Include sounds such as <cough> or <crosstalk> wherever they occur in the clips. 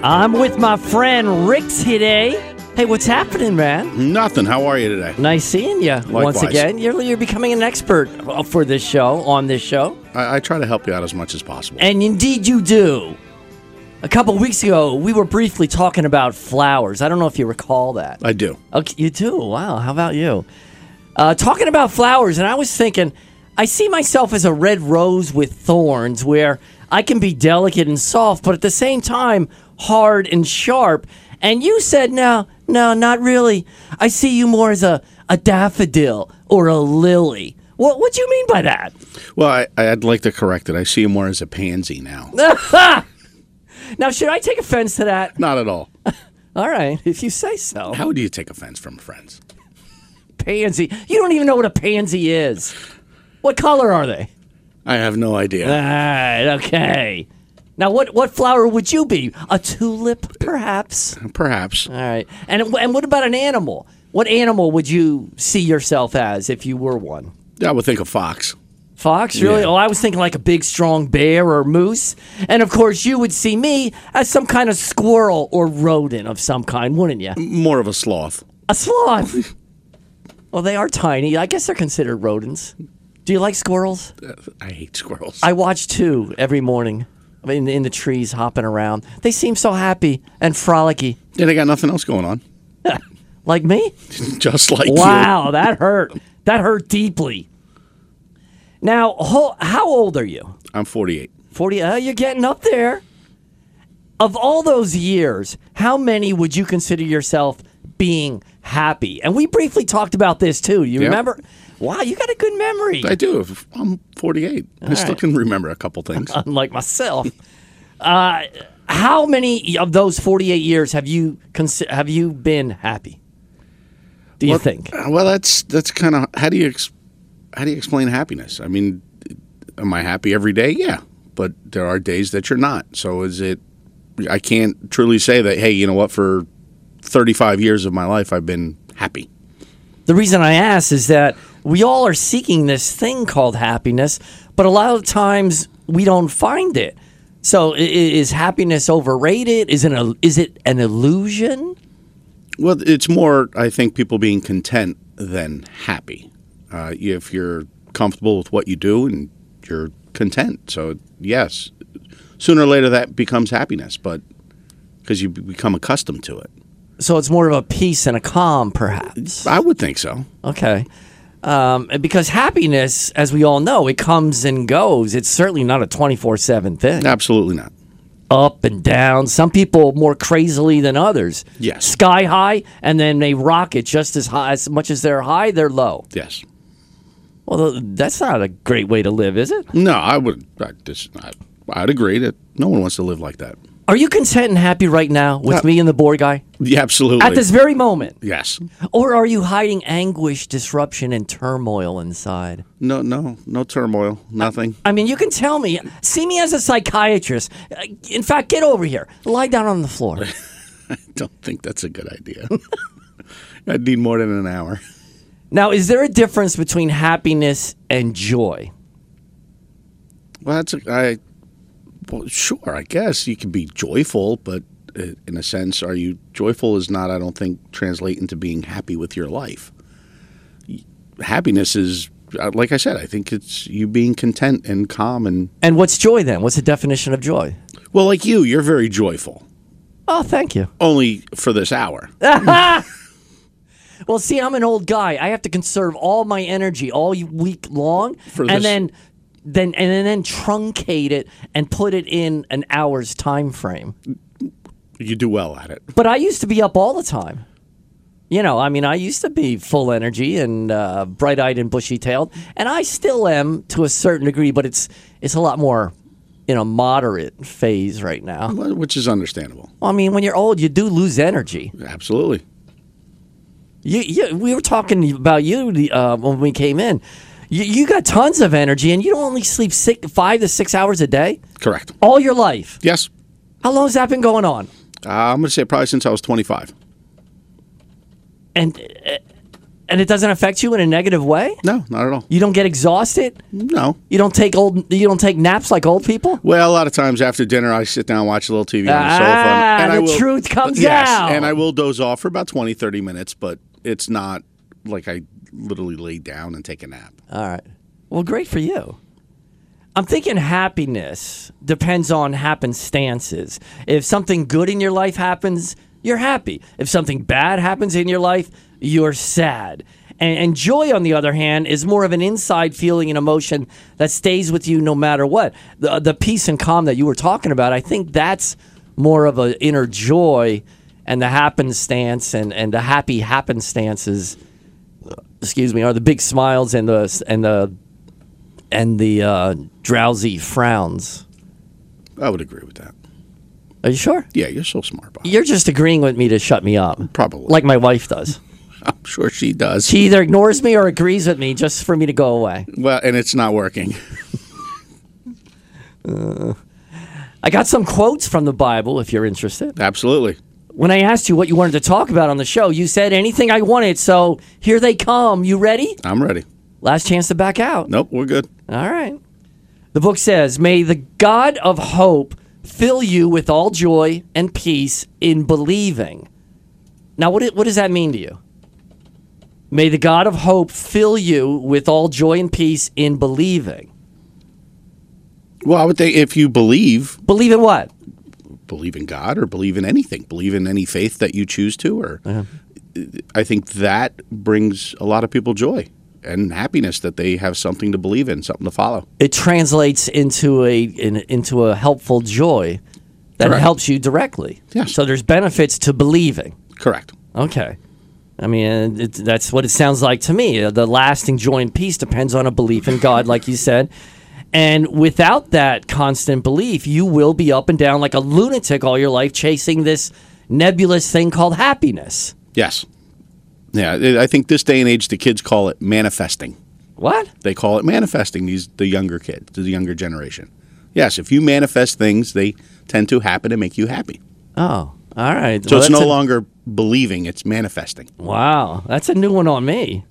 I'm with my friend Ricks today. Hey, what's happening, man? Nothing. How are you today? Nice seeing you once Likewise. again. You're, you're becoming an expert for this show, on this show. I, I try to help you out as much as possible. And indeed you do. A couple weeks ago, we were briefly talking about flowers. I don't know if you recall that. I do. Okay, you do. Wow. How about you? Uh, talking about flowers, and I was thinking, I see myself as a red rose with thorns, where I can be delicate and soft, but at the same time hard and sharp. And you said, no, no, not really. I see you more as a, a daffodil or a lily. What what do you mean by that? Well, I, I'd like to correct it. I see you more as a pansy now. <laughs> Now, should I take offense to that? Not at all. All right, if you say so. How do you take offense from friends? Pansy. You don't even know what a pansy is. What color are they? I have no idea. All right, okay. Now, what, what flower would you be? A tulip, perhaps? Perhaps. All right. And, and what about an animal? What animal would you see yourself as if you were one? I would think a fox. Fox, really? Yeah. Oh, I was thinking like a big, strong bear or moose. And of course, you would see me as some kind of squirrel or rodent of some kind, wouldn't you? More of a sloth. A sloth. well, they are tiny. I guess they're considered rodents. Do you like squirrels? I hate squirrels. I watch two every morning in, in the trees hopping around. They seem so happy and frolicky, <laughs> yeah, they got nothing else going on. <laughs> like me. Just like you. Wow, that hurt. That hurt deeply. Now, ho- how old are you? I'm 48. 40. Uh, you're getting up there. Of all those years, how many would you consider yourself being happy? And we briefly talked about this too. You Yep. remember? Wow, you got a good memory. I do. I'm 48. I still right. can remember a couple things. <laughs> unlike myself. uh, how many of those 48 years have you cons- have you been happy? Do you think? Uh, Well, that's that's kind of how do you ex- how do you explain happiness? I mean, am I happy every day? Yeah, but there are days that you're not. So is it? I can't truly say that. Hey, you know what? For 35 years of my life, I've been happy. The reason I ask is that we all are seeking this thing called happiness, but a lot of times we don't find it. So i- i- is happiness overrated? Is it a, is it an illusion? Well, it's more I think people being content than happy. Uh, if you're comfortable with what you do and you're content, so yes, sooner or later that becomes happiness, but because you be- become accustomed to it, So it's more of a peace and a calm, perhaps. I would think so. Okay. Um, because happiness, as we all know, it comes and goes. It's certainly not a 24 7 thing. Absolutely not. Up and down. Some people more crazily than others. Yes. Sky high, and then they rocket just as high. As much as they're high, they're low. Yes. Well, th- that's not a great way to live, is it? No, I would. I just, I, I'd agree that no one wants to live like that. Are you content and happy right now with Yeah. me and the board guy? Yeah, absolutely. At this very moment? yes. Or are you hiding anguish, disruption, and turmoil inside? No, no, no turmoil. Nothing. <laughs> I mean, you can tell me. See me as a psychiatrist. Uh, In fact, get over here. Lie down on the <laughs> floor. I don't think that's a good idea. <laughs> I'd need more than an hour. now, is there a difference between happiness and joy? Well, that's a, I. Well, sure. I guess you can be joyful, but uh, in a sense, are you joyful? Is not. I don't think translate into being happy with your life. Y- Happiness is, uh, like I said, I think it's you being content and calm and And what's joy then? What's the definition of joy? well, like you, you're very joyful. Oh, thank you. only for this hour. Well, see, I'm an old guy. I have to conserve all my energy all y- week long, For and this- then, then, and then truncate it and put it in an hour's time frame. You do well at it. But I used to be up all the time. You know, I mean, I used to be full energy and uh, bright eyed and bushy tailed, and I still am to a certain degree. But it's it's a lot more in a moderate phase right now. Well, Which is understandable. Well, I mean, when you're old, you do lose energy. Absolutely. You, you we were talking about you the, uh, when we came in. You, you got tons of energy, and you don't only sleep six, five to six hours a day Correct. all your life. Yes. How long has that been going on? Uh, I'm going to say probably since I was 25. and uh, and it doesn't affect you in a negative way. No, not at all. You don't get exhausted. No. You don't take old. You don't take naps like old people. Well, a lot of times after dinner, I sit down and watch a little TV on the sofa. Ah, and I the will, truth comes yes, out. and I will doze off for about 20, 30 minutes, but it's not like I literally lay down and take a nap. All right. Well, great for you. I'm thinking happiness depends on happenstances. If something good in your life happens, you're happy. If something bad happens in your life, you're sad. And, and joy, on the other hand, is more of an inside feeling and emotion that stays with you no matter what. The, the peace and calm that you were talking about, I think that's more of an inner joy and the happenstance and, and the happy happenstances excuse me, are the big smiles and the and the and the uh, drowsy frowns. I would agree with that. Are you sure? Yeah, you're so smart, Bob. You're just agreeing with me to shut me up, Probably. like my wife does. I'm sure she does. She either ignores me or agrees with me just for me to go away. well, and it's not working. I got some quotes from the Bible if you're interested. Absolutely. When I asked you what you wanted to talk about on the show, you said anything I wanted, so here they come. You ready? I'm ready. Last chance to back out. Nope, we're good. All right. The book says, May the God of hope fill you with all joy and peace in believing. Now, what, i- what does that mean to you? May the God of hope fill you with all joy and peace in believing. Well, I would think if you believe, Believe in what? believe in God or believe in anything, believe in any faith that you choose to, or I think that brings a lot of people joy and happiness that they have something to believe in, something to follow. It translates into a in, into a helpful joy that Correct. helps you directly. Yes. So there's benefits to believing. Correct. Okay. I mean, it, that's what it sounds like to me. Uh, The lasting joy and peace depends on a belief in God, like you said. And without that constant belief, you will be up and down like a lunatic all your life chasing this nebulous thing called happiness. Yes. Yeah, I I think this day and age, the kids call it manifesting. What? They call it manifesting. These the younger kids, the younger generation. Yes, if you manifest things, they tend to happen and make you happy. Oh, all right. So Well, that's it's no a- longer believing; it's manifesting. Wow, that's a new one on me.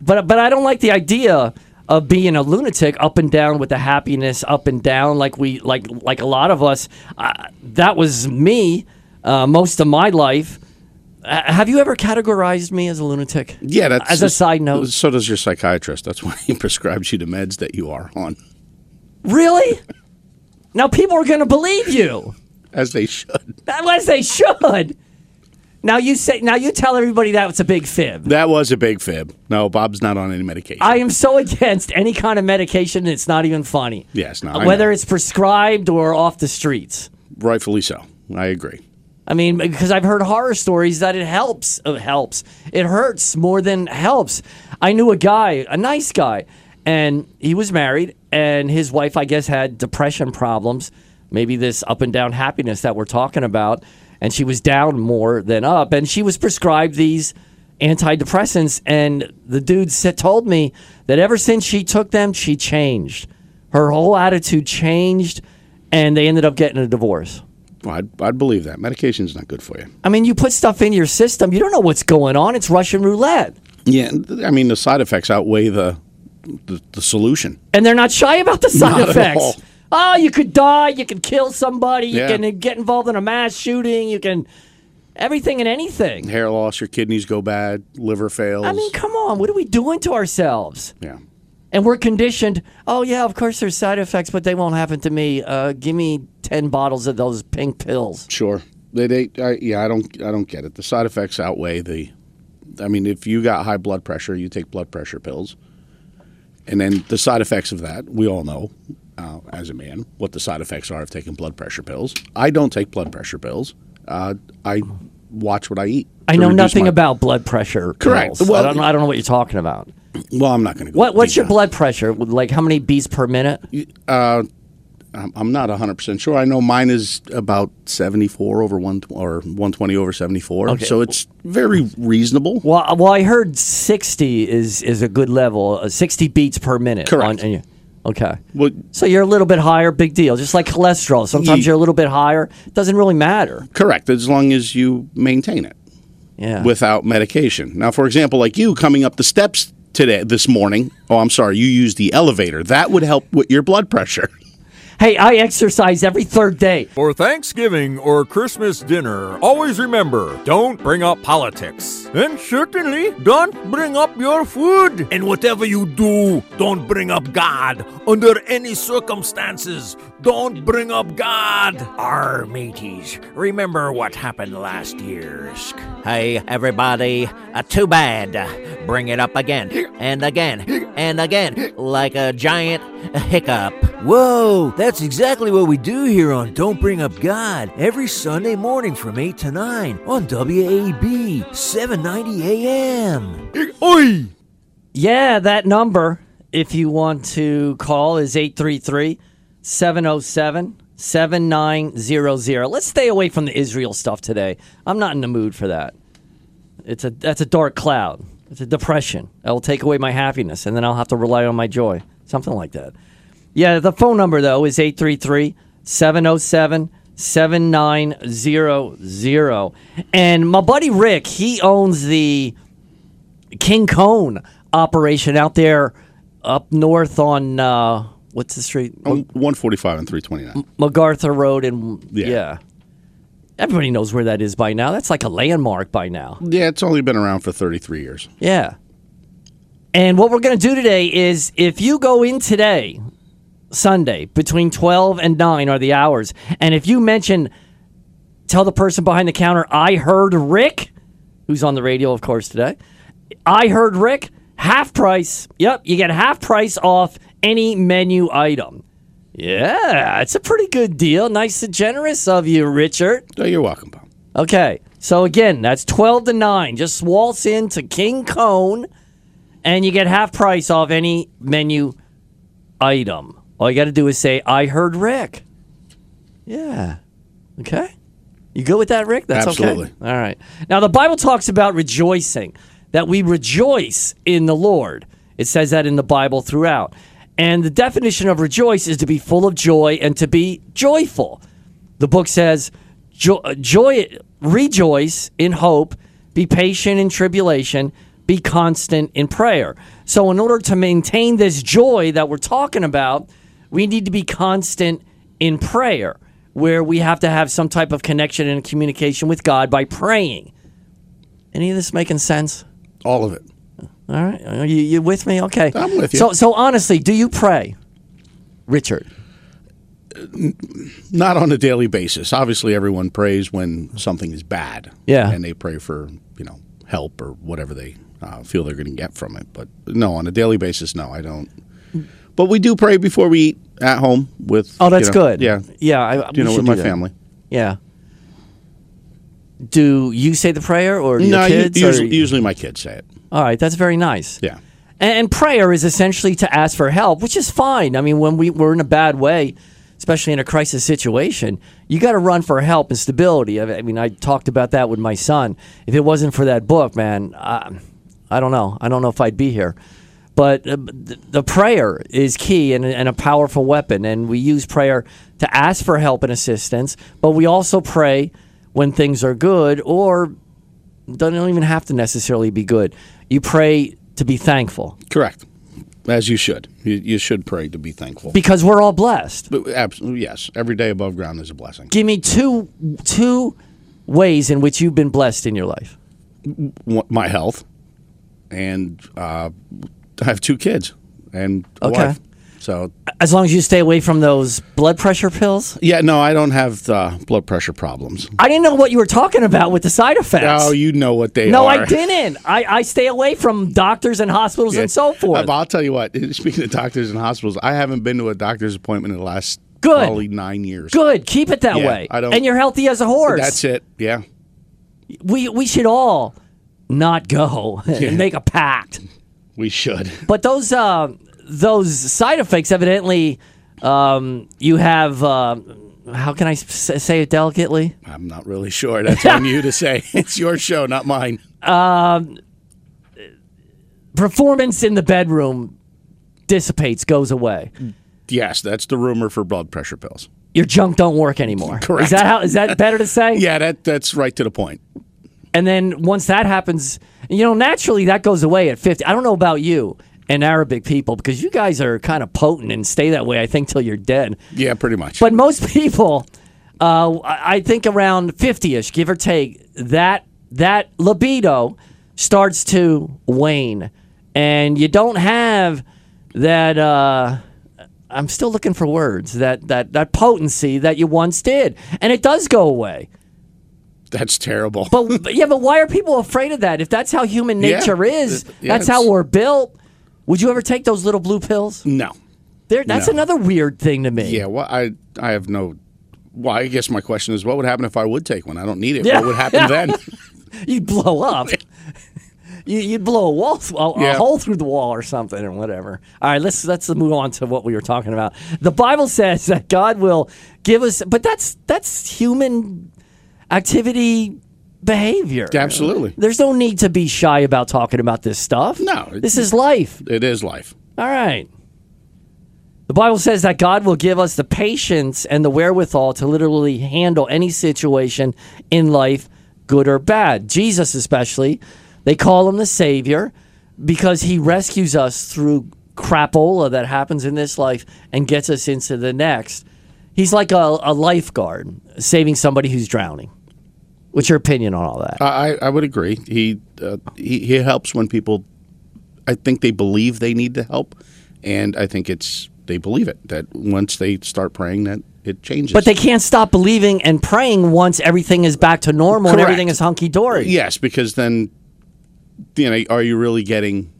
But but I don't like the idea of being a lunatic up and down with the happiness up and down like we like like a lot of us. Uh, that was me uh, most of my life. Uh, have you ever categorized me as a lunatic? Yeah, that's As a side note. So does your psychiatrist. That's why he <laughs> prescribes you the meds that you are on, Really? Now people are going to believe you. as they should. Unless they should. Now you say now you tell everybody that was a big fib. That was a big fib. No, Bob's not on any medication. I am so against any kind of medication. It's not even funny. Yes, no, Uh, I Whether know. it's prescribed or off the streets. Rightfully so. I agree. I mean, because I've heard horror stories that it helps. It helps. It hurts more than helps. I knew a guy, a nice guy, and he was married, and his wife, I guess, had depression problems, maybe this up and down happiness that we're talking about, and she was down more than up, and she was prescribed these antidepressants, and the dude said, told me that ever since she took them, she changed. Her whole attitude changed, and they ended up getting a divorce. Well, I'd, I'd believe that. Medication's not good for you. I mean, you put stuff in your system, you don't know what's going on. It's Russian roulette. Yeah, and, I mean the side effects outweigh the the, the solution. And they're not shy about the side Not at all. effects. Oh, you could die, you could kill somebody, Yeah. you can get involved in a mass shooting, you can everything and anything. Hair loss, your kidneys go bad, liver fails. I mean, come on, what are we doing to ourselves? yeah. And we're conditioned, oh yeah, of course there's side effects, but they won't happen to me. Uh, give me 10 bottles of those pink pills. Sure. They, they I, yeah, I don't I don't get it. The side effects outweigh the I mean, if you got high blood pressure, you take blood pressure pills. And then the side effects of that, we all know uh, as a man what the side effects are of taking blood pressure pills. I don't take blood pressure pills. Uh, I watch what I eat. I to know reduce nothing my- about blood pressure. Correct. pills. Well, I, don't, I don't know what you're talking about. Well, I'm not going to go. What, what's your deep blood pressure? Like how many beats per minute? I'm- I'm not 100% sure. I know mine is about 74 over one or 120 over 74. Okay. So it's very reasonable. Well, I- well, I heard sixty is is a good level. Uh, sixty beats per minute. Correct. and you- okay. Well, So you're a little bit higher. Big deal. Just like cholesterol. Sometimes Ye- you're a little bit higher. Doesn't really matter. correct, as long as you maintain it. Yeah. without medication. Now, for example, like you coming up the steps today this morning. Oh, I'm sorry, you used the elevator. That would help with your blood pressure. Hey, I exercise every third day. For Thanksgiving or Christmas dinner, always remember don't bring up politics. And certainly don't bring up your food. And whatever you do, don't bring up God. Under any circumstances, don't bring up God. Our mateys, remember what happened last year. Hey, everybody, uh, too bad. Bring it up again and again and again like a giant hiccup. Whoa, that's exactly what we do here on Don't Bring Up God every Sunday morning from 8 to 9 on WAB 790 AM. Oi! Yeah, that number, if you want to call, is 833 707 7900. Let's stay away from the Israel stuff today. I'm not in the mood for that. It's a that's a dark cloud. It's a depression. It will take away my happiness and then I'll have to rely on my joy. Something like that. Yeah, the phone number though is oh 833-707-7900. And my buddy Rick, he owns the King Cone operation out there up north on uh, what's the street? One forty-five and three twenty-nine. MacArthur Road and yeah. Yeah. Everybody knows where that is by now. That's like a landmark by now. Yeah, it's only been around for thirty-three years. Yeah. And what we're going to do today is if you go in today, Sunday, between 12 and 9 are the hours, and if you mention, tell the person behind the counter, I heard Rick, who's on the radio, of course, today, I heard Rick, half price. Yep, you get half price off any menu item. Yeah, it's a pretty good deal. Nice and generous of you, Richard. So Oh, you're welcome, Bob. Okay. So again, that's 12 to 9. Just waltz into King Cone and you get half price off any menu item. All you got to do is say, I heard Rick. Yeah. Okay. You good with that, Rick? That's Absolutely. okay. All right. Now, the Bible talks about rejoicing, that we rejoice in the Lord. It says that in the Bible throughout. And the definition of rejoice is to be full of joy and to be joyful. The book says, "Jo- uh, joy, rejoice in hope, be patient in tribulation, be constant in prayer. So, in order to maintain this joy that we're talking about, we need to be constant in prayer, where we have to have some type of connection and communication with God by praying. Any of this making sense? All of it. All right, Are you, you with me? Okay, I'm with you. So, so honestly, do you pray, Richard? Not on a daily basis. Obviously, everyone prays when something is bad. Yeah. and they pray for you know help or whatever they uh, feel they're going to get from it. But no, on a daily basis, no, I don't. But we do pray before we eat at home with. Oh, that's you know, good. Yeah, yeah. I, you we know, should with do my that. family. Yeah. Do you say the prayer or your no, u- kids? or- usually, usually my kids say it. All right, that's very nice. Yeah. And, and prayer is essentially to ask for help, which is fine. I mean, when we, we're in a bad way, especially in a crisis situation, you got to run for help and stability. I I mean, I talked about that with my son. If it wasn't for that book, man, I, I don't know. I don't know if I'd be here. But uh, the, the prayer is key and, and a powerful weapon. And we use prayer to ask for help and assistance, but we also pray when things are good or doesn't even have to necessarily be good. You pray to be thankful Correct. As you should. You, you should pray to be thankful. because we're all blessed. but absolutely, yes. Every day above ground is a blessing. Give me two two ways in which you've been blessed in your life. Wa- My health, and uh, I have two kids and a Okay. wife. So As long as you stay away from those blood pressure pills. yeah, no, I don't have uh, blood pressure problems. I didn't know what you were talking about with the side effects. Oh, you know what they no, are. I <laughs> didn't. I, I stay away from doctors and hospitals and so forth. Uh, But I'll tell you what. <laughs> Speaking of doctors and hospitals, I haven't been to a doctor's appointment in the last Good. probably nine years. Good, keep it that Yeah, way. I don't- and you're healthy as a horse. That's it. Yeah. We we should all not go <laughs> and make a pact. We should. <laughs> But those uh, those side effects, evidently, um, you have. Uh, how can I s- say it delicately? I'm not really sure. That's on you to say. <laughs> It's your show, not mine. Performance in the bedroom dissipates, goes away. Yes, that's the rumor for blood pressure pills. Your junk don't work anymore. Correct. <laughs> Is that how? Is that better to say? Yeah, that that's right to the point. And then once that happens, you know, naturally that goes away at 50. I don't know about you and Arabic people because you guys are kind of potent and stay that way, I think, till you're dead. Yeah, pretty much. But most <laughs> people, uh, I I think around 50 ish, give or take, that, that libido starts to wane. And you don't have that. Uh, I'm still looking for words that, that that potency that you once did, and it does go away. That's terrible. <laughs> But but- yeah, but why are people afraid of that? If that's how human Yeah. nature is, Uh, yeah, that's how it's- we're built. Would you ever take those little blue pills? no. There, that's No. another weird thing to me. Yeah, well, I I have no. Well, I guess my question is, what would happen if I would take one? I don't need it. Yeah. What <laughs> would happen then? You'd blow <laughs> up. you, you'd blow a wall, th- a, a Yeah. hole through the wall or something or whatever. All right, let's let's move on to what we were talking about. The Bible says that God will give us, but that's that's human activity behavior. Absolutely. There's no need to be shy about talking about this stuff. No. This is life. It is life. All right. The Bible says that God will give us the patience and the wherewithal to literally handle any situation in life, good or bad. Jesus, especially, they call him the Savior because he rescues us through crapola that happens in this life and gets us into the next. He's like a, a lifeguard saving somebody who's drowning. What's your opinion on all that? I I I would agree. He uh, he he helps when people. I think they believe they need the help, and I think it's they believe it that once they start praying that it changes. But they can't stop believing and praying once everything is back to normal and Correct. everything is hunky dory. yes, because then you know are you really getting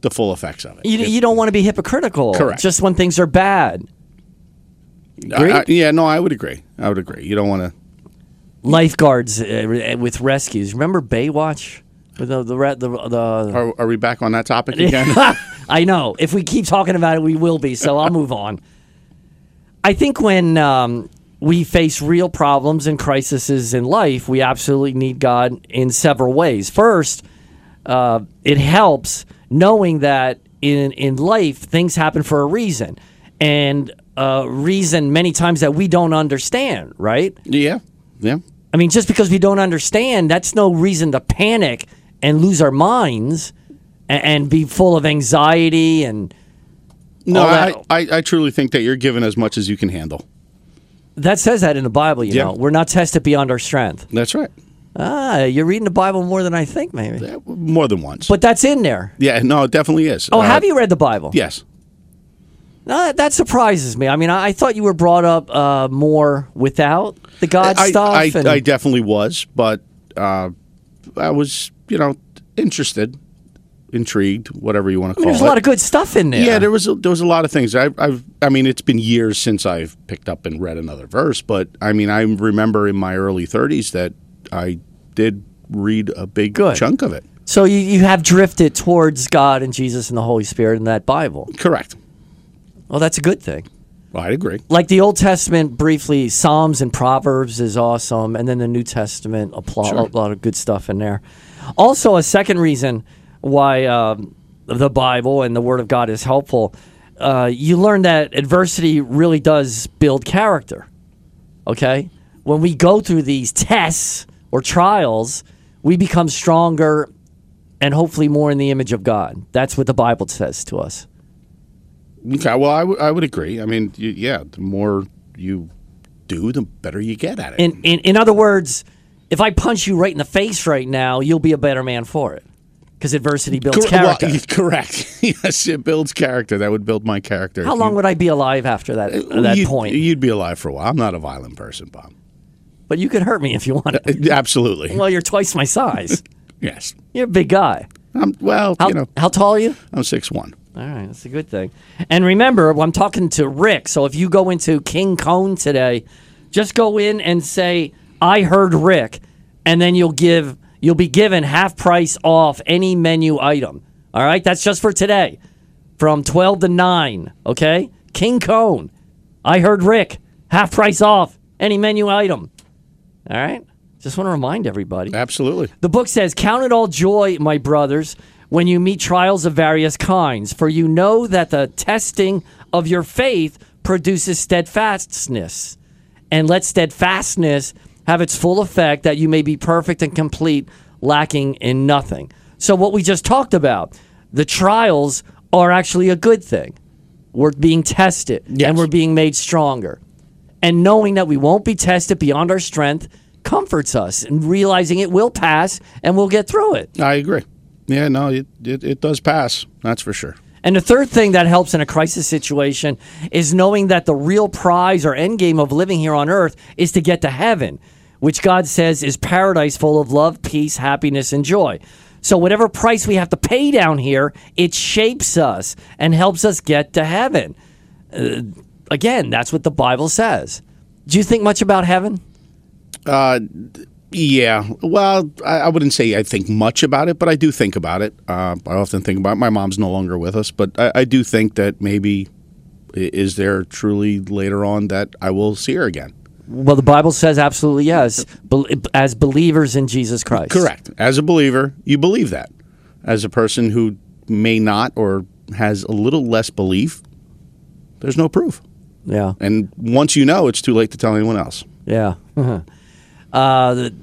the full effects of it? You, you don't want to be hypocritical. Correct. Just when things are bad. I- I- yeah, no, I would agree. I would agree. You don't want to. Lifeguards uh, with rescues. Remember Baywatch? With The, the, re- the, the, Are, are we back on that <laughs> topic again? I know. If we keep talking about it, we will be. So I'll move on. I think when um, we face real problems and crises in life, we absolutely need God in several ways. First, uh, it helps knowing that in in life things happen for a reason, and a reason many times that we don't understand. Right? yeah, yeah. I mean, just because we don't understand, that's no reason to panic and lose our minds and, and be full of anxiety and No, all I, that- Oh, I, I truly think that you're given as much as you can handle. That says that in the Bible, you Yeah. know. We're not tested beyond our strength. That's right. Ah, you're reading the Bible more than I think, maybe. Yeah, More than once. But that's in there. yeah, no, it definitely is. Oh, Uh, have you read the Bible? Yes. No, that, that surprises me. I mean, I, I thought you were brought up uh, more without the God I, stuff. I, and- I definitely was, but uh, I was, you know, interested, intrigued, whatever you I want to call mean, there's it. a lot of good stuff in there. yeah, there was a, there was a lot of things. I, I've I mean, it's been years since I've picked up and read another verse, but I mean, I remember in my early 30s that I did read a big Good. chunk of it. so you, you have drifted towards God and Jesus and the Holy Spirit and that Bible. Correct. Well, that's a good thing. Well, I'd agree. Like the Old Testament, briefly, Psalms and Proverbs is awesome, and then the New Testament, a, pl- a lot of good stuff in there. Also, a second reason why um, the Bible and the Word of God is helpful, uh, you learn that adversity really does build character. Okay, when we go through these tests or trials, we become stronger and hopefully more in the image of God. That's what the Bible says to us. Okay, well, I would- I would agree. I mean, y yeah, the more you do, the better you get at it. In, in, in other words, if I punch you right in the face right now, you'll be a better man for it. Because adversity builds Cor- well, character. <laughs> correct. yes, it builds character. That would build my character. How If long you- Uh, would I be alive after that, uh, Well, that you'd, point? You'd be alive for a while. I'm not a violent person, Bob. but you could hurt me if you Uh, wanted. Absolutely. well, you're twice my <laughs> size. yes. You're a big guy. I'm, well, How, you know, how tall are you? I'm six one. All right, that's a good thing. And remember, I'm talking to Rick. So if you go into King Cone today, just go in and say, "I heard Rick," and then you'll give you'll be given half price off any menu item. All right, that's just for today, from twelve to nine. Okay, King Cone, I heard Rick, half price off any menu item. All right, just want to remind everybody. Absolutely. The book says, Count it all joy, my brothers, when you meet trials of various kinds, for you know that the testing of your faith produces steadfastness. And let steadfastness have its full effect, that you may be perfect and complete, lacking in nothing. So, what we just talked about, the trials are actually a good thing. We're being tested and we're being made stronger. And knowing that we won't be tested beyond our strength comforts us and realizing it will pass and we'll get through it. I agree. Yeah, no, it, it, it does pass. That's for sure. And the third thing that helps in a crisis situation is knowing that the real prize or end game of living here on earth is to get to heaven, which God says is paradise full of love, peace, happiness, and joy. So, whatever price we have to pay down here, it shapes us and helps us get to heaven. Uh, again, that's what the Bible says. Do you think much about heaven? Yeah. Well, I, I wouldn't say I think much about it, but I do think about it. Uh, I often think about it. My mom's no longer with us, but I, I do think that maybe i- is there truly later on that I will see her again. Well, the Bible says absolutely yes, bel- as believers in Jesus Christ. Correct. As a believer, you believe that. As a person who may not or has a little less belief, there's no proof. Yeah. And once you know, it's too late to tell anyone else. Yeah. <laughs> uh, the,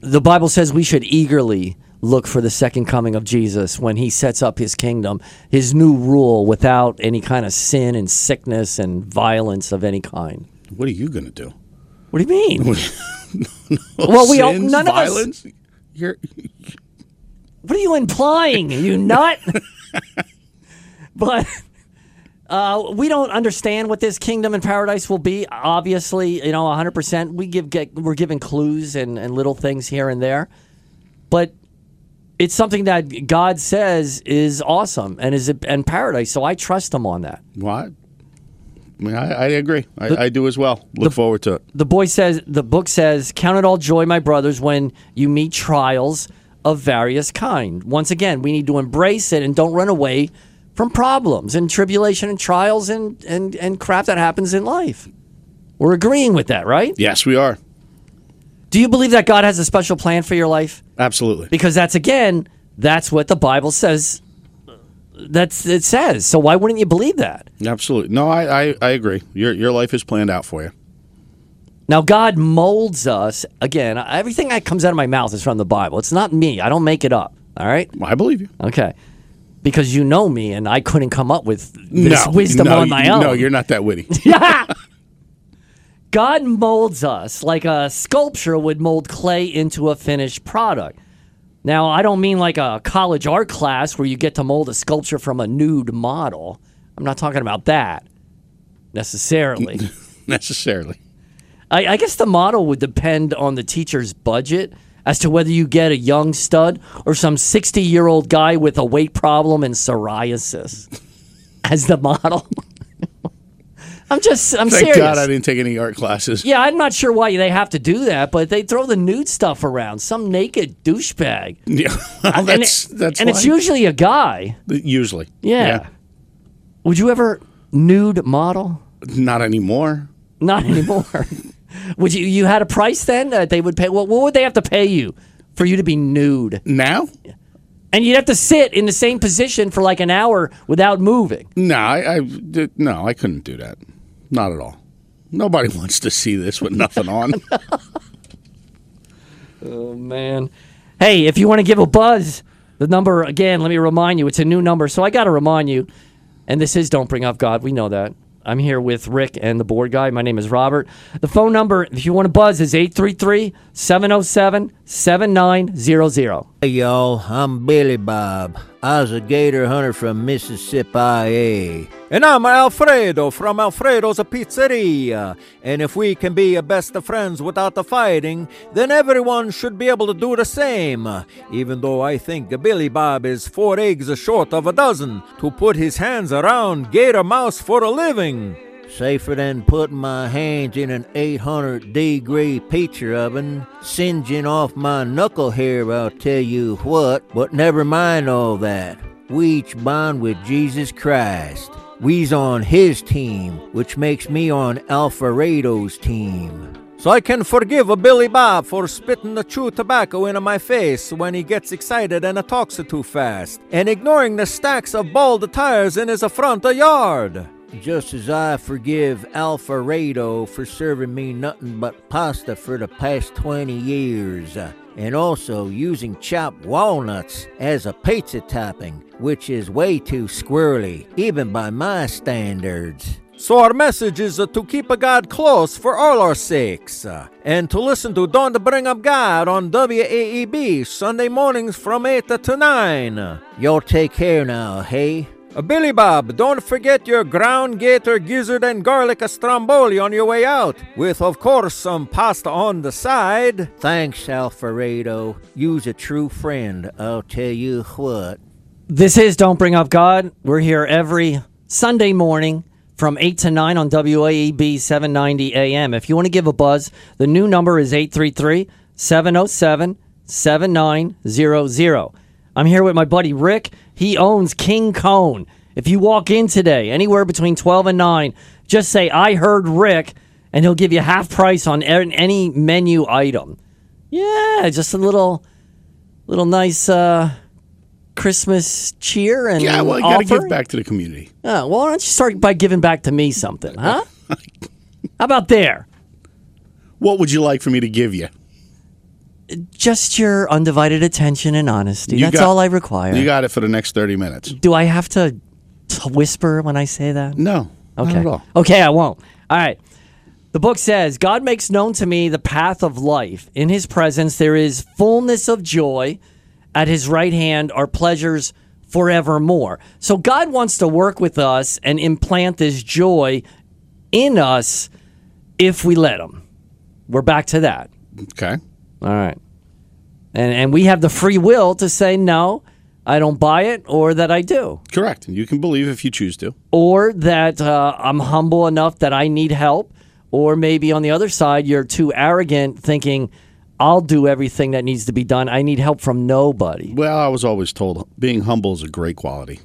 the Bible says we should eagerly look for the second coming of Jesus when he sets up his kingdom, his new rule without any kind of sin and sickness and violence of any kind. What are you going to do? What do you <laughs> mean? well, we all, Sins, none of us. violence? You're, What are you implying? you nut? but uh, we don't understand what this kingdom and paradise will be. Obviously, you know, 100%. We give get, we're given clues and, and little things here and there, but it's something that God says is awesome and is and paradise. So I trust Him on that. What? I mean, I, I agree. I, I do as well. Look forward to it. the boy says the book says count it all joy my brothers when you meet trials of various kind once again we need to embrace it and don't run away from problems and tribulation and trials and and and crap that happens in life we're agreeing with that right Yes, we are. do you believe that god has a special plan for your life Absolutely. because that's again that's what the bible says that's it says so why wouldn't you believe that Absolutely. No, I, I, I agree. Your your life is planned out for you. Now, God molds us. Again, everything that comes out of my mouth is from the Bible. It's not me. I don't make it up. All right? I believe you. Okay. Because you know me, and I couldn't come up with this wisdom no, on my you- own. No, you're <laughs> not that witty. <laughs> God molds us like a sculpture would mold clay into a finished product. Now, I don't mean like a college art class where you get to mold a sculpture from a nude model. I'm not talking about that <laughs> necessarily. Necessarily. I, I guess the model would depend on the teacher's budget as to whether you get a young stud or some 60 year old guy with a weight problem and psoriasis <laughs> as the model. <laughs> I'm just, I'm Thank serious. God I didn't take any art classes. yeah, I'm not sure why they have to do that, but they throw the nude stuff around. Some naked douchebag. <laughs> Yeah. Well, <laughs> and that's it- that's and it's why- usually a guy. usually. Yeah. Would you ever nude model? Not anymore. <laughs> Not anymore. would you? You had a price then that they would pay. What, what would they have to pay you for you to be nude? Now? And you'd have to sit in the same position for like an hour without moving. No, I, I did- no, I couldn't do that. Not at all. Nobody <laughs> wants to see this with <laughs> nothing on. <laughs> Oh man. Hey, if you want to give a buzz, the number again. Let me remind you, it's a new number, so I got to remind you. And this is don't bring up God. We know that. I'm here with Rick and the board guy. My name is Robert. The phone number, if you want to buzz, is 833 707 7900. Hey y'all, I'm Billy Bob. I was a gator hunter from Mississippi. And I'm Alfredo from Alfredo's Pizzeria. And if we can be best friends without the fighting, then everyone should be able to do the same. Even though I think Billy Bob is four eggs short of a dozen to put his hands around Gator Mouse for a living. Safer than putting my hands in an 800 degree pizza oven, singeing off my knuckle hair, I'll tell you what. But never mind all that. We each bond with Jesus Christ. We's on his team, which makes me on Alfredo's team. So I can forgive Billy Bob for spitting the chew tobacco into my face when he gets excited and talks too fast, and ignoring the stacks of bald tires in his front yard. Just as I forgive Alfredo for serving me nothing but pasta for the past 20 years, uh, and also using chopped walnuts as a pizza topping, which is way too squirrely, even by my standards. So our message is uh, to keep a God close for all our sakes, uh, and to listen to Don't Bring Up God on WAEB Sunday mornings from 8 to 9. Uh, Y'all take care now, hey? Billy Bob, don't forget your ground gator, gizzard, and garlic stromboli on your way out, with of course some pasta on the side. Thanks, Alfredo. You's a true friend, I'll tell you what. This is Don't Bring Up God. We're here every Sunday morning from 8 to 9 on E WAEB 790 AM. If you want to give a buzz, the new number is 833 707 7900. I'm here with my buddy Rick. He owns King Cone. If you walk in today, anywhere between 12 and 9, just say, I heard Rick, and he'll give you half price on an- any menu item. Yeah, just a little, little nice uh, Christmas cheer and Yeah, well, you got to offer. give back to the community. Oh, well, why don't you start by giving back to me something, <laughs> huh? How about there? What would you like for me to give you? Just your undivided attention and honesty. You That's got- all I require. You got it for the next 30 minutes. Do I have to t- whisper when I say that? No. Okay. Not at all. Okay, I won't. All right. The book says, God makes known to me the path of life. In his presence there is fullness of joy. At his right hand are pleasures forevermore. So God wants to work with us and implant this joy in us if we let him. We're back to that. Okay. All right. And and we have the free will to say no, I don't buy it or that I do Correct. And you can believe if you choose to. or that uh, I'm humble enough that I need help, or maybe on the other side, you're too arrogant thinking, I'll do everything that needs to be done. I need help from nobody. Well, I was always told being humble is a great quality.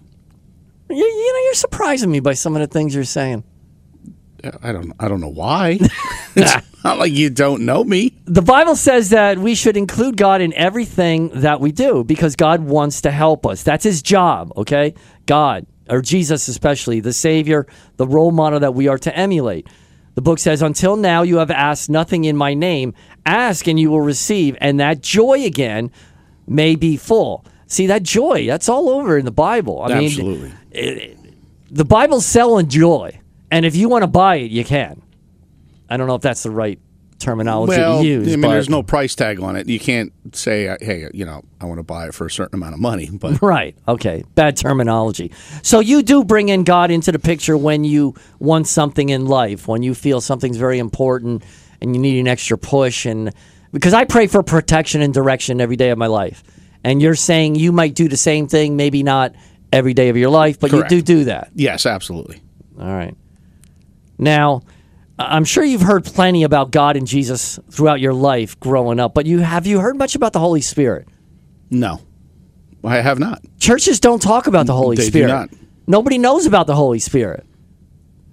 You, you know, you're surprising me by some of the things you're saying. I don't I don't know <laughs> why. it's not like you don't know me. The Bible says that we should include God in everything that we do because God wants to help us. That's his job, okay? God, or Jesus especially, the Savior, the role model that we are to emulate. The book says, Until now you have asked nothing in my name. Ask and you will receive, and that joy again may be full. See, that joy, that's all over in the Bible. I mean, Absolutely. the Bible's selling joy, and if you want to buy it, you can. I don't know if that's the right terminology Well, to use. I mean, but- there's no price tag on it. You can't say, "Hey, you know, I want to buy it for a certain amount of money." <laughs> But Right. Okay. Bad terminology. So you do bring in God into the picture when you want something in life, when you feel something's very important and you need an extra push and because I pray for protection and direction every day of my life. And you're saying you might do the same thing, maybe not every day of your life, but Correct. you do do that. yes, absolutely. All right. Now, I- I'm sure you've heard plenty about God and Jesus throughout your life growing up, but you have you heard much about the Holy Spirit? No, I have not. churches don't talk about the Holy They do Spirit. not. Nobody knows about the Holy Spirit.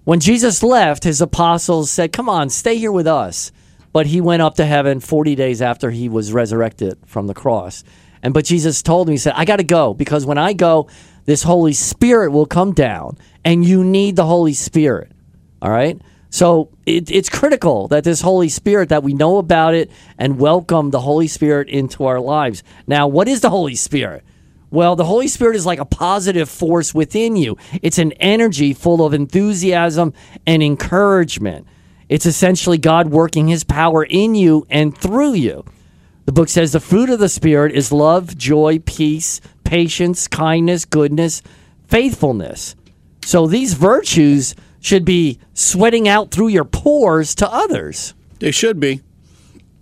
When Jesus left, his apostles said, Come on, stay here with us. But he went up to heaven 40 days after he was resurrected from the cross. And but Jesus told him, He said, I got to go because when I go, this Holy Spirit will come down and you need the Holy Spirit. All right? So it, it's critical that this Holy Spirit, that we know about it and welcome the Holy Spirit into our lives. Now, what is the Holy Spirit? Well, the Holy Spirit is like a positive force within you. It's an energy full of enthusiasm and encouragement. It's essentially God working his power in you and through you. The book says the fruit of the Spirit is love, joy, peace, patience, kindness, goodness, faithfulness. So these virtues should be sweating out through your pores to others, They should be.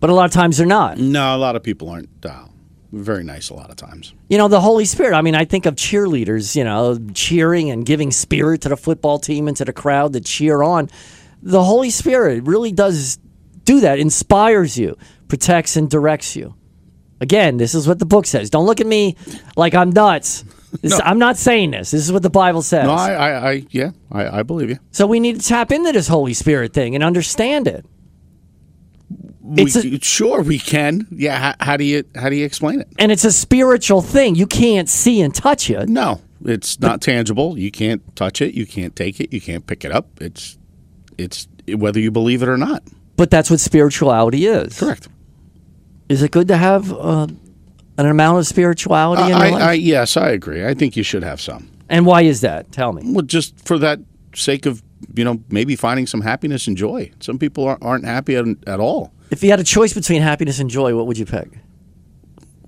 but a lot of times they're not. No, a lot of people aren't uh, very nice. A lot of times. You know, the Holy Spirit. I mean, I think of cheerleaders, you know, cheering and giving spirit to the football team and to the crowd to cheer on. The Holy Spirit really does do that, inspires you, protects and directs you. Again, this is what the book says. Don't look at me like I'm nuts. This, I'm not saying this. This is what the Bible says. No, I, I, I yeah, I, I believe you. so we need to tap into this Holy Spirit thing and understand it. We, It's a- sure, we can. Yeah. How, how do you how do you explain it? And it's a spiritual thing. You can't see and touch it. No, It's not tangible. You can't touch it. You can't take it. You can't pick it up. It's it's whether you believe it or not. But that's what spirituality is. Correct. Is it good to have uh, an amount of spirituality in your I, life? I yes, I agree. I think you should have some. and why is that? Tell me. Well, just for that sake of you know maybe finding some happiness and joy. Some people aren't, aren't happy at, at all. If you had a choice between happiness and joy, what would you pick?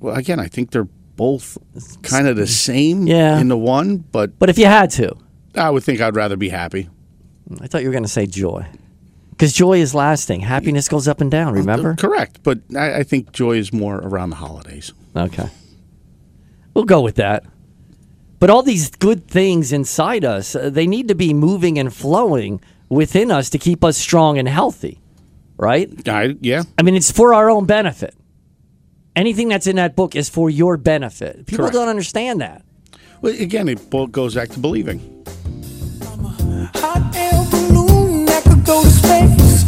Well, again, I think they're both kind of the same Yeah. in the one, but But if you had to, I would think I'd rather be happy. I thought you were going to say joy. Because joy is lasting. Happiness goes up and down, remember? Correct, but I, I think joy is more around the holidays. Okay. We'll go with that. But all these good things inside us, uh, they need to be moving and flowing within us to keep us strong and healthy, right? I, yeah, I mean, it's for our own benefit. Anything that's in that book is for your benefit. People Correct. don't understand that. Well, again, it bo- goes back to believing. Hot air balloon that could go to space.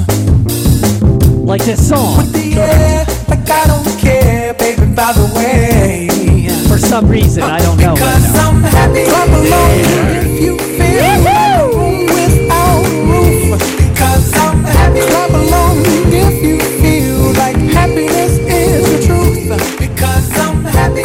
Like this song, The air, like I don't care, baby, by the way. for some reason, I don't know. Cause I'm happy. Clap along if you feel like a room without a roof. Cause I'm happy. Clap along if you feel like happiness is the truth. Because I'm happy.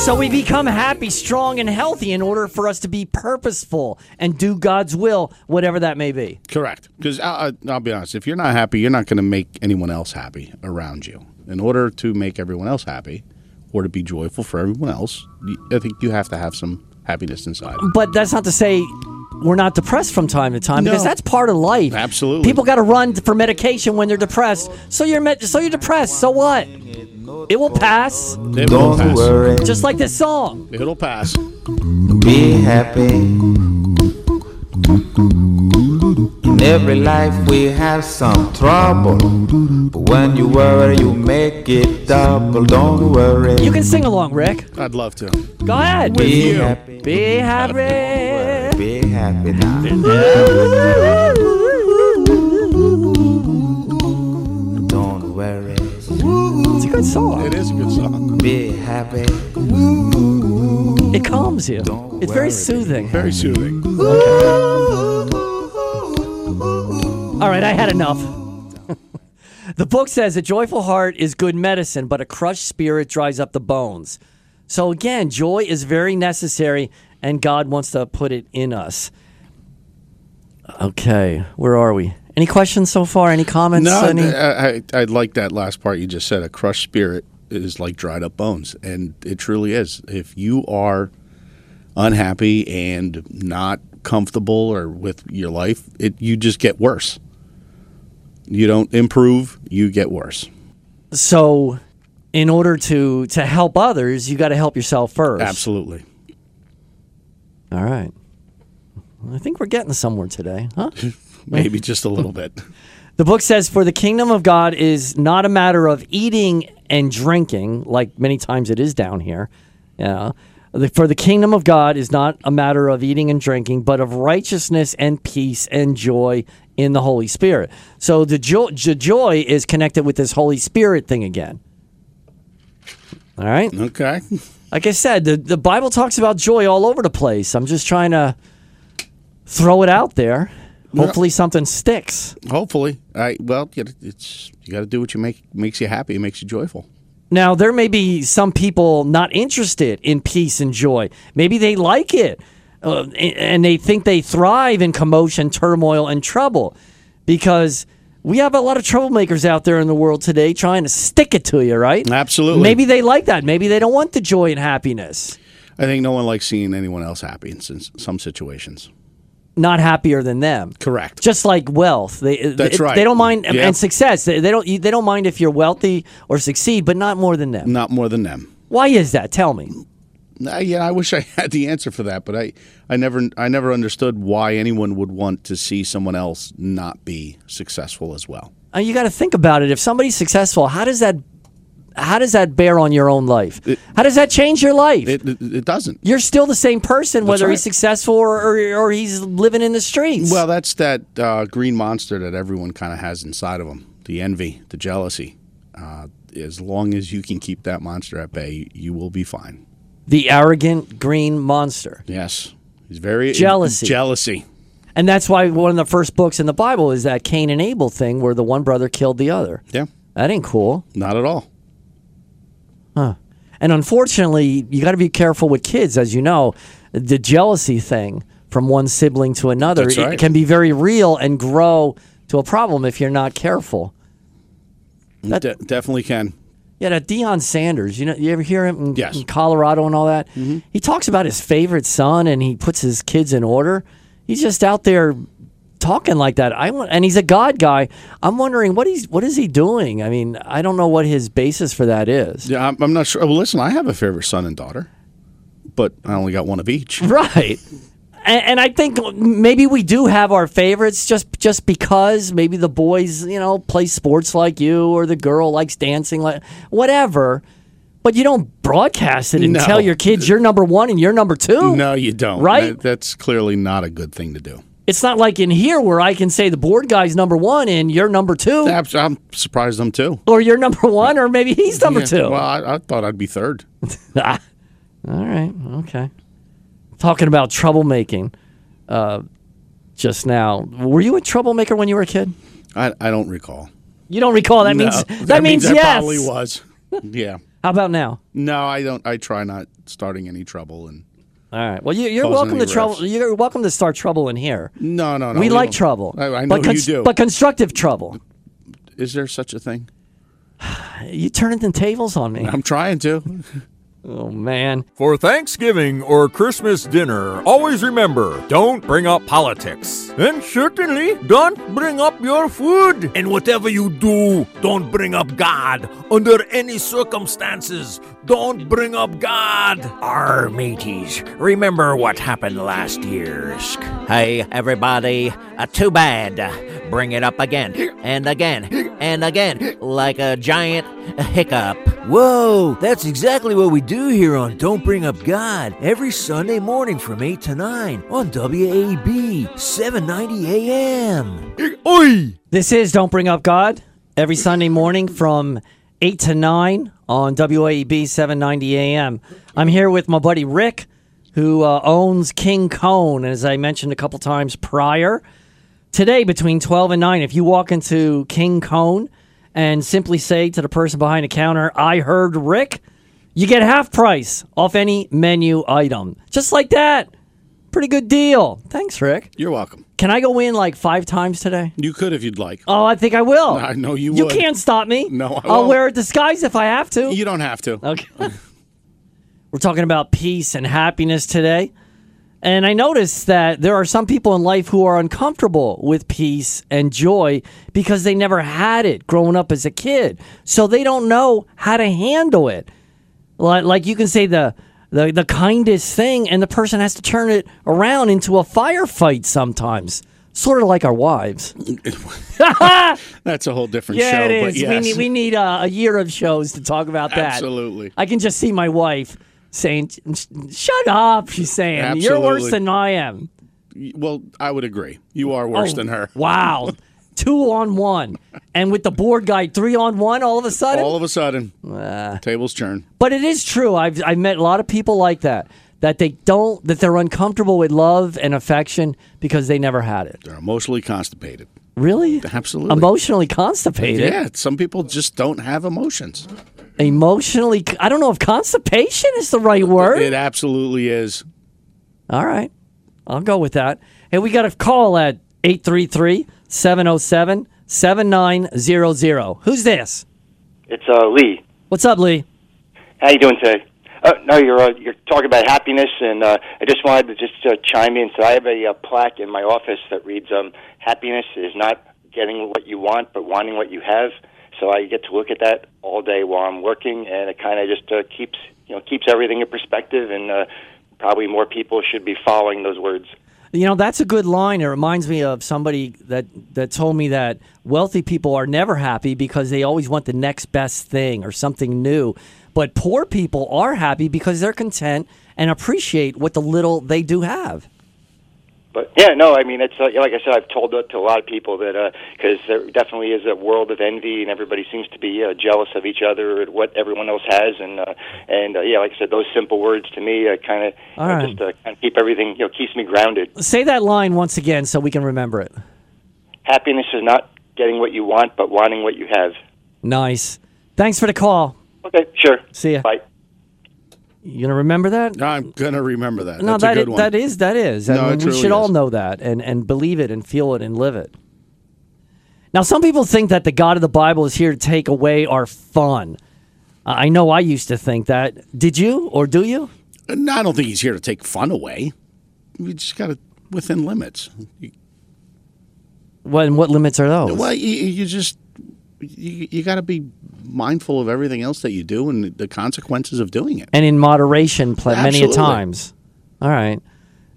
So we become happy, strong, and healthy in order for us to be purposeful and do God's will, whatever that may be. Correct, because I'll, I'll be honest. If you're not happy, you're not going to make anyone else happy around you. In order to make everyone else happy, or to be joyful for everyone else, y- I think you have to have some happiness inside. But that's not to say we're not depressed from time to time because No. that's part of life. Absolutely. People got to run for medication when they're depressed. So you're med- so you're depressed. So what? It will pass, It will pass. just like this song. It'll pass. be happy. In every life we have some trouble, but when you worry, you make it double. Don't worry. You can sing along, Rick. I'd love to. Go ahead. be happy. Be happy. Be happy now. Don't worry. It's a good song. It is a good song. Be happy. It calms you. It's very soothing. Very soothing. All right, I had enough. <laughs> the book says a joyful heart is good medicine, but a crushed spirit dries up the bones. So again, joy is very necessary, and God wants to put it in us. Okay, where are we? Any questions so far? Any comments? No, Any- I, I, I like that last part you just said. A crushed spirit is like dried up bones, and it truly is. If you are unhappy and not comfortable or with your life, it you just get worse. You don't improve; you get worse. so, in order to to help others, you got to help yourself first. Absolutely. All right. I think we're getting somewhere today, huh? <laughs> Maybe just a little bit. The book says, For the kingdom of God is not a matter of eating and drinking, like many times it is down here. Yeah. The- For the kingdom of God is not a matter of eating and drinking, but of righteousness and peace and joy in the Holy Spirit. So the, jo- the joy is connected with this Holy Spirit thing again. All right. Okay. Like I said, the, the Bible talks about joy all over the place. I'm just trying to throw it out there. Hopefully, something sticks. Hopefully, I well, it- it's you got to do what you make makes you happy, makes you joyful. Now, there may be some people not interested in peace and joy. Maybe they like it uh, and- and they think they thrive in commotion, turmoil, and trouble because we have a lot of troublemakers out there in the world today trying to stick it to you, right? Absolutely. Maybe they like that. Maybe they don't want the joy and happiness. I think no one likes seeing anyone else happy in s- some situations. Not happier than them. Correct. Just like wealth, they uh, That's it- right. They don't mind Yeah. and success. They, they don't. They don't mind if you're wealthy or succeed, but not more than them. Not more than them. Why is that? Tell me. I, yeah, I wish I <laughs> had the answer for that, but I, I never, I never understood why anyone would want to see someone else not be successful as well. Uh, you got to think about it. If somebody's successful, how does that how does that bear on your own life? how does that change your life? It, it, it doesn't. You're still the same person, whether he's right. successful or, or, or he's living in the streets. Well, that's that uh, green monster that everyone kind of has inside of them: the envy, the jealousy. Uh, as long as you can keep that monster at bay, you will be fine. the arrogant green monster. Yes. He's very Jealousy. Jealousy. And that's why one of the first books in the Bible is that Cain and Abel thing where the one brother killed the other. Yeah. That ain't cool. Not at all. And unfortunately, you got to be careful with kids, as you know. The jealousy thing from one sibling to another That's it right. can be very real and grow to a problem if you're not careful. That- De- definitely can. Yeah, that Deion Sanders. You know, you ever hear him in, Yes. Mm-hmm. in Colorado and all that? He talks about his favorite son and he puts his kids in order. He's just out there talking like that. I want, and he's a God guy. I'm wondering what he's what is he doing? I mean, I don't know what his basis for that is. Yeah, I'm, I'm not sure. Well, listen, I have a favorite son and daughter, but I only got one of each. <laughs> Right. And, and I think maybe we do have our favorites just just because maybe the boys, you know, play sports like you or the girl likes dancing like whatever. But you don't broadcast it and No. tell your kids you're number 1 and you're number 2. No, you don't. Oh, Right? That- that's clearly not a good thing to do. It's not like in here where I can say the board guy's number 1 and you're number 2 I'm, I'm surprised I'm two. or you're number 1 or maybe he's number Yeah, 2. Well, I, I thought I'd be third. <laughs> Ah. All right. Okay. Talking about troublemaking uh, just now. Were you a troublemaker when you were a kid? I, I don't recall. You don't recall. That <laughs> means No. that, means, I yes. probably was. Yeah. How about now? No, I don't. I try not starting any trouble. And All right. Well, you, you're Causing welcome to any trouble. rifts. You're welcome to start trouble in here. no, no, no. we, like don't- trouble. I, I know but you cons- do. But constructive trouble. Is there such a thing? You turning the tables on me. I'm trying to. Oh man. For Thanksgiving or Christmas dinner, always remember don't bring up politics. And certainly don't bring up your food. And whatever you do, don't bring up God. Under any circumstances, don't bring up God. Our mateys, remember what happened last year's. Hey, everybody, uh, too bad. Bring it up again, and again, and again, like a giant hiccup. Whoa, that's exactly what we do here on Don't Bring Up God every Sunday morning from 8 to 9 on WAB 790 AM. This is Don't Bring Up God every Sunday morning from 8 to 9 on E WAEB 790 AM. I'm here with my buddy Rick, who uh, owns King Cone, as I mentioned a couple times prior. Today, between 12 and 9, if you walk into King Cone and simply say to the person behind the counter, I heard Rick, you get half price off any menu item. Just like that. Pretty good deal. Thanks, Rick. You're welcome. Can I go in like five times today? You could if you'd like. Oh, I think I will. I know you You would. can't stop me. No, I will won't. wear a disguise if I have to. You don't have to. okay. <laughs> We're talking about peace and happiness today. And I noticed that there are some people in life who are uncomfortable with peace and joy because they never had it growing up as a kid. So they don't know how to handle it. Like, like you can say the, the the kindest thing and the person has to turn it around into a firefight sometimes. Sort of like our wives. That's a whole different Yeah, show. it But is. yes. We need we need uh, a year of shows to talk about that. Absolutely. I can just see my wife saying, "Sh- "Shut up," she's saying, "You're worse Absolutely. than I am." Well, I would agree. You are worse Oh, than her. <laughs> Wow, two on one, and with the board guy, three on one. All of a sudden, All of a sudden, Uh. tables turn. But it is true. I've I've met a lot of people like that that they don't that they're uncomfortable with love and affection because they never had it. They're emotionally constipated. Really? Absolutely. Emotionally constipated. Yeah, some people just don't have emotions. Emotionally, I don't know if constipation is the right word. It absolutely is. All right. I'll go with that. And we got a call at 833 707 7900. Who's this? It's uh, Lee. What's up, Lee? How you doing today? Uh, no, you're uh, you're talking about happiness, and uh, I just wanted to just uh, chime in. So I have a uh, plaque in my office that reads, um, "Happiness is not getting what you want, but wanting what you have." So I get to look at that all day while I'm working, and it kind of just uh, keeps you know keeps everything in perspective. And uh, probably more people should be following those words. You know, that's a good line. It reminds me of somebody that, that told me that wealthy people are never happy because they always want the next best thing or something new. But poor people are happy because they're content and appreciate what the little they do have. But yeah, no, I mean, it's like, like I said, I've told that to a lot of people that because there definitely is a world of envy, and everybody seems to be uh, jealous of each other at what everyone else has, and uh, and uh, yeah, like I said, those simple words to me uh, kind of All right. just uh, kind of keep everything you know keeps me grounded. Say that line once again so we can remember it. Happiness is not getting what you want, but wanting what you have. Nice. Tthanks for the call. Okay, sure. See ya. Bye. You gonna remember that? I'm gonna remember that. No, That's that a i- good one. that is that is. I No, mean, it we truly should all is. know that and and believe it and feel it and live it. Now, some people think that the God of the Bible is here to take away our fun. I I know I used to think that. Did you or do you? No, I don't think he's here to take fun away. We just got to within limits. You, When what limits are those? well, you, you just you, you got to be mindful of everything else that you do and the consequences of doing it. and in moderation pl- many a Absolutely. times. All right.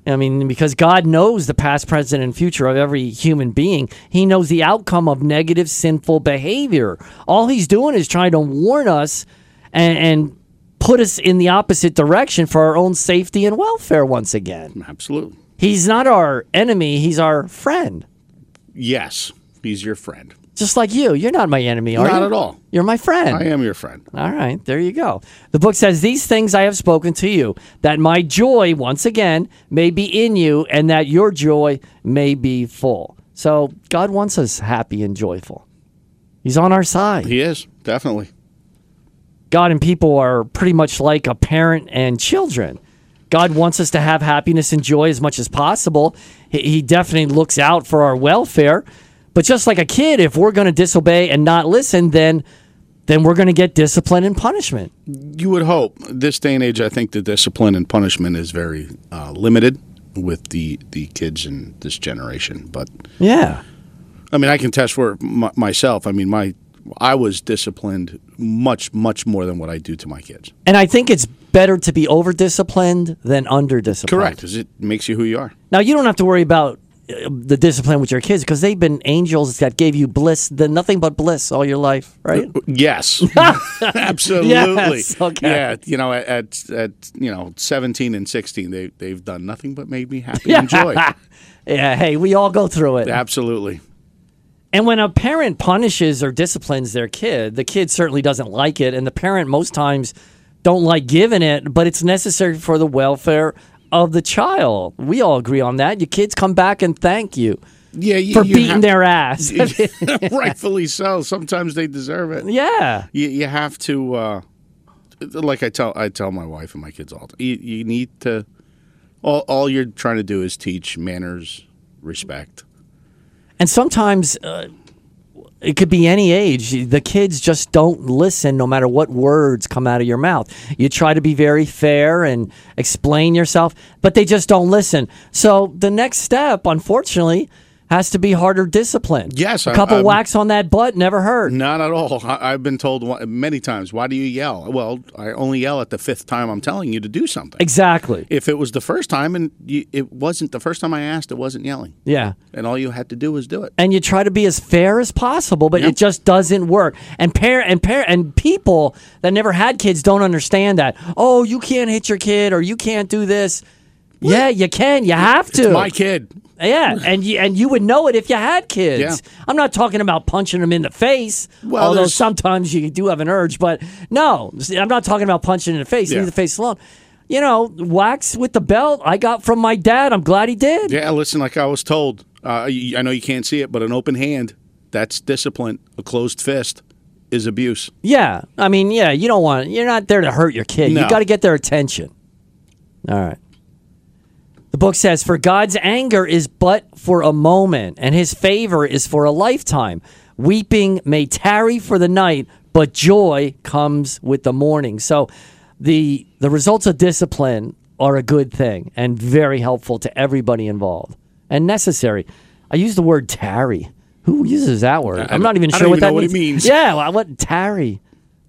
I mean, because God knows the past, present, and future of every human being. He knows the outcome of negative, sinful behavior. All he's doing is trying to warn us and, and put us in the opposite direction for our own safety and welfare once again. Absolutely. He's not our enemy, he's our friend. Yes, he's your friend. Just like you. You're not my enemy, are you? Not at all. You're my friend. I am your friend. All right, there you go. The book says, These things I have spoken to you, that my joy, once again, may be in you, and that your joy may be full. So God wants us happy and joyful. He's on our side. He is definitely. God and people are pretty much like a parent and children. God wants us to have happiness and joy as much as possible. He- He definitely looks out for our welfare. But just like a kid, if we're going to disobey and not listen, then then we're going to get discipline and punishment. You would hope this day and age. I think the discipline and punishment is very uh, limited with the the kids in this generation, but. Yeah. I mean, I can test for it m- myself. I mean, my I was disciplined much, much more than what I do to my kids. And I think it's better to be over disciplined than under disciplined. Correct, because it makes you who you are. Now, you don't have to worry about uh, the discipline with your kids because they've been angels that gave you bliss, the nothing but bliss all your life, <laughs> right? Yes, absolutely. Yes, okay. Yeah, you know, at, at at you know seventeen and sixteen, they they've done nothing but made me happy <laughs> and joy. yeah, hey, we all go through it. Absolutely. And when a parent punishes or disciplines their kid, the kid certainly doesn't like it, and the parent most times don't like giving it, but it's necessary for the welfare of the child. We all agree on that. Your kids come back and thank you Yeah, you, for you beating <laughs> have- their ass. <laughs> rightfully so. Sometimes they deserve it. yeah. you, you have to uh, like I tell I tell my wife and my kids all the time, you, you need to all, all you're trying to do is teach manners respect And sometimes uh, it could be any age. The kids just don't listen no matter what words come out of your mouth. You try to be very fair and explain yourself, but they just don't listen. So the next step, unfortunately, has to be harder discipline. Yes, a I- couple I'm- whacks on that butt never hurt. not at all I, I've been told wh- many times why do you yell well I only yell at the fifth time I'm telling you to do something Exactly. if it was the first time and you, it wasn't the first time I asked it wasn't yelling Yeah. and all you had to do was do it and you try to be as fair as possible, but Yeah. it just doesn't work. And par and par and people that never had kids don't understand that. Oh, you can't hit your kid, or you can't do this. Yeah, you can. You have to. my kid yeah, and you and you would know it if you had kids. Yeah. I'm not talking about punching them in the face. Well, although there's- sometimes you do have an urge, but no, see, I'm not talking about punching in the face. Yeah. Leave the face alone. You know, wax with the belt I got from my dad. I'm glad he did. yeah listen like I was told uh, y- I know you can't see it but an open hand that's discipline a closed fist is abuse Yeah, I mean, yeah, you don't want you're not there to hurt your kid. You No. got to get their attention. All right. The book says, "For God's anger is but for a moment, and his favor is for a lifetime. Weeping may tarry for the night, but joy comes with the morning." So, the the results of discipline are a good thing and very helpful to everybody involved and necessary. I use the word tarry. Who uses that word? I'm not don't- even I sure don't what even that know what it means. means. Yeah, well, I want tarry,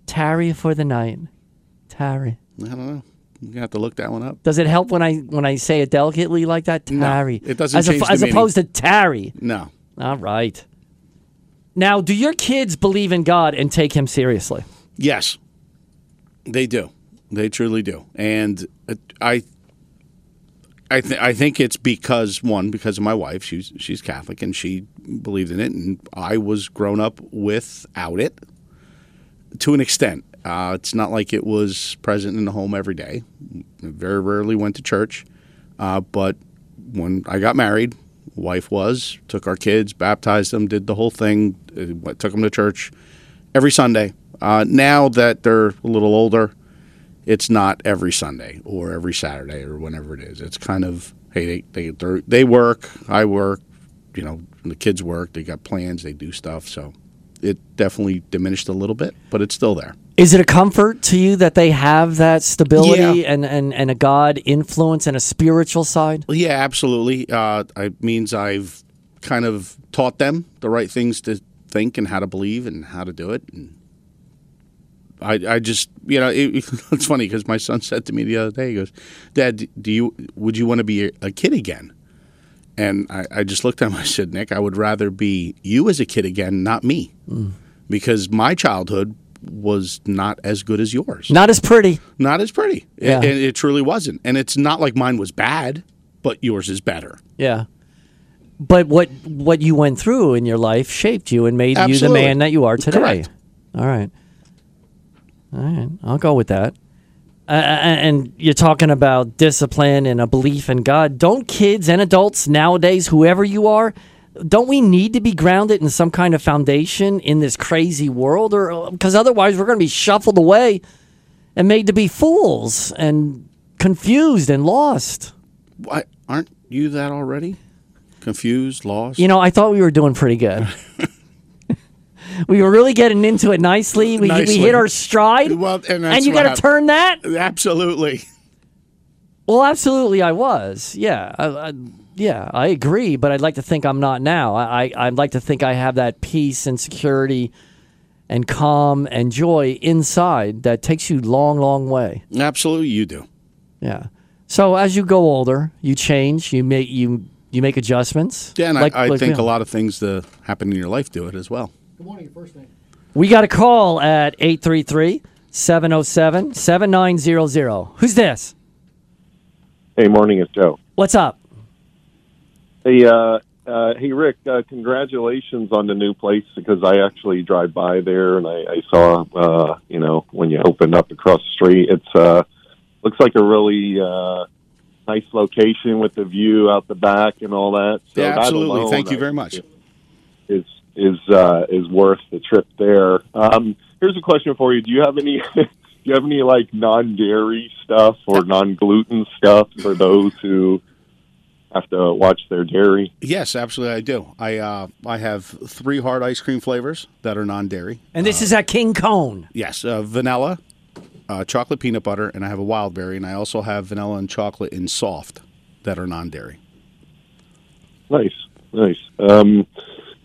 tarry for the night, tarry. I don't know. You are gonna have to look that one up. Does it help when I when I say it delicately like that? Tarry. it doesn't as, change the as meaning. opposed to tarry. No. All right. Now, do your kids believe in God and take Him seriously? Yes, they do. They truly do. And uh, I I, th- I think it's because one because of my wife she's she's Catholic and she believed in it and I was grown up without it to an extent uh, it's not like it was present in the home every day very rarely went to church uh, but when I got married wife was took our kids baptized them did the whole thing uh, went- took them to church every Sunday uh, now that they're a little older it's not every Sunday or every Saturday or whenever it is. It's kind of hey, they they they're- they work, I work, you know, the kids work. They got plans, they do stuff. So it definitely diminished a little bit, but it's still there. Is it a comfort to you that they have that stability Yeah. and, and, and a God influence and a spiritual side? Well, yeah, absolutely. Uh, it means I've kind of taught them the right things to think and how to believe and how to do it. And I, I just, you know, it, <laughs> it's funny because my son said to me the other day, he goes, "Dad, do you would you want to be a, a kid again?" And I, I just looked at him. <laughs> I said, "Nick, I would rather be you as a kid again, not me, because my childhood was not as good as yours." Not as pretty. not as pretty. It- Yeah. And it, truly wasn't. And it's not like mine was bad, but yours is better. Yeah. But what what you went through in your life shaped you and made you the Absolutely. man that you are today. Correct. All right. All right. I'll go with that. Uh, and you're talking about discipline and a belief in God. Don't kids and adults nowadays, whoever you are, don't we need to be grounded in some kind of foundation in this crazy world? Or because otherwise, we're going to be shuffled away and made to be fools and confused and lost. Why aren't you that already? Confused, lost. You know, I thought we were doing pretty <laughs> good. we were really getting into it nicely. We, Nicely. we hit our stride. Well, and and that's you what got to hap- turn that? absolutely. Well, absolutely, I was. Yeah, I, I, yeah, I agree. But I'd like to think I'm not now. I, I I'd like to think I have that peace and security, and calm and joy inside that takes you long, long way. Absolutely, you do. Yeah. So as you go older, you change. You make you you make adjustments. Yeah, and Like- I, I like think we- a lot of things that happen in your life do it as well. We got a call at 833 707 7900. Who's this? Hey, morning, it's Joe. What's up? Hey, uh, uh, hey, Rick. Uh, congratulations on the new place because I actually drive by there and I, I saw, uh, you know, when you open up across the street, it's uh, looks like a really uh, nice location with the view out the back and all that. So yeah, that absolutely. alone, Thank you I- very much. Is is uh, is worth the trip there. Um, here's a question for you: Do you have any? <laughs> do you have any like non-dairy stuff or non-gluten stuff for those who have to watch their dairy? Yes, absolutely, I do. I uh, I have three hard ice cream flavors that are non-dairy. And this is at King Cone. Yes, uh, vanilla, uh, chocolate peanut butter, and I have a wild berry, and I also have vanilla and chocolate in soft that are non-dairy. Nice, nice. Um,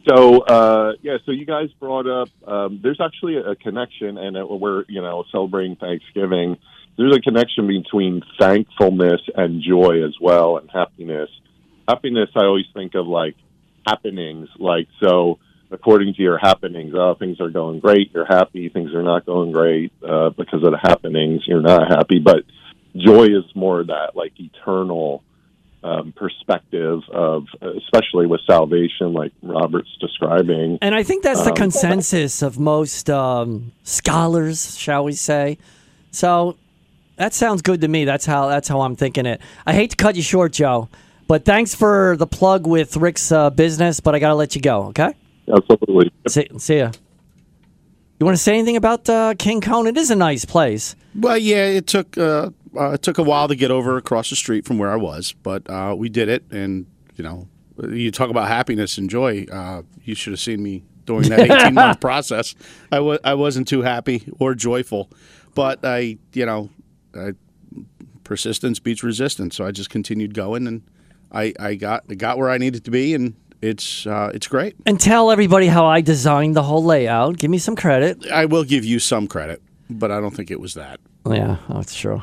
so uh, yeah, so you guys brought up um, there's actually a connection, and uh, we're you know celebrating Thanksgiving. There's a connection between thankfulness and joy as well, and happiness. Happiness, I always think of like happenings, like so. According to your happenings, oh, things are going great. You're happy. Things are not going great uh, because of the happenings. You're not happy, but joy is more of that like eternal um, perspective of, especially with salvation, like Robert's describing. And I think that's the Um, consensus of most um, scholars, shall we say. So that sounds good to me. That's how that's how I'm thinking it. I hate to cut you short, Joe, but thanks for the plug with Rick's uh, business, but I got to let you go, okay? Absolutely. See, see ya. You want to say anything about uh, King Cone? It is a nice place. Well, yeah, it took uh, uh, it took a while to get over across the street from where I was, but uh, we did it. And you know, you talk about happiness and joy. Uh, you should have seen me during that eighteen month process. I was I wasn't too happy or joyful, but I you know, I, persistence beats resistance. So I just continued going, and I I got got where I needed to be, and it's uh, it's great. and tell everybody how I designed the whole layout. Give me some credit. I will give you some credit, but I don't think it was that. Yeah, that's true.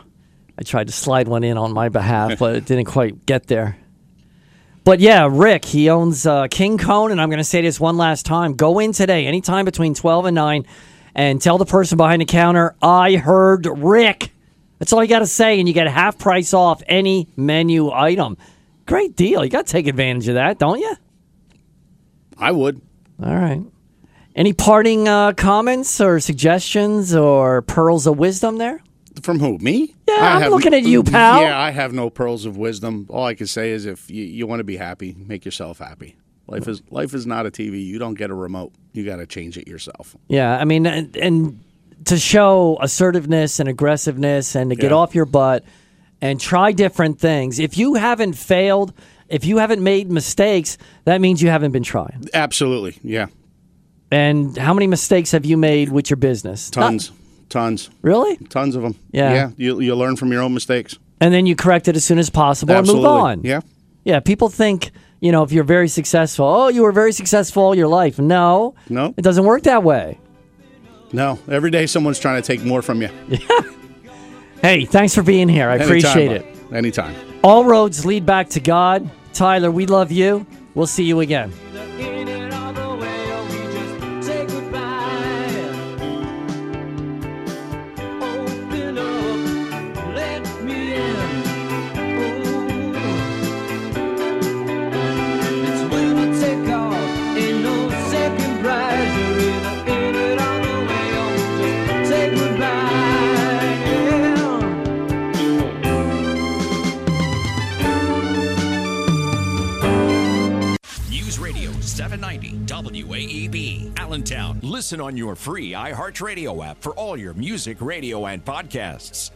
I tried to slide one in on my behalf, but it didn't quite get there. But yeah, Rick, he owns uh, King Cone, and I'm going to say this one last time. Go in today, anytime between 12 and 9, and tell the person behind the counter, I heard Rick. That's all you got to say, and you get half price off any menu item. Great deal. You got to take advantage of that, don't you? I would. All right. Any parting uh, comments or suggestions or pearls of wisdom there? From who? Me? Yeah, I I'm have- looking at you, pal. Yeah, I have no pearls of wisdom. All I can say is if you, you want to be happy, make yourself happy. Life is life is not a TV. You don't get a remote. You got to change it yourself. Yeah, I mean, and, and to show assertiveness and aggressiveness and to get Yeah. off your butt and try different things. If you haven't failed, if you haven't made mistakes, that means you haven't been trying. Absolutely. Yeah. And how many mistakes have you made with your business? Not- Tons. tons. really? Tons of them. Yeah. Yeah. You, you learn from your own mistakes. And then you correct it as soon as possible Absolutely. and move on. Yeah. Yeah, people think, you know, if you're very successful, oh, you were very successful all your life. No, No. it doesn't work that way. No. Every day someone's trying to take more from you. Hey, thanks for being here. I appreciate it. it. Anytime. All roads lead back to God. Tyler, we love you. We'll see you again. News Radio 790 WAEB, Allentown. Listen on your free iHeartRadio app for all your music, radio, and podcasts.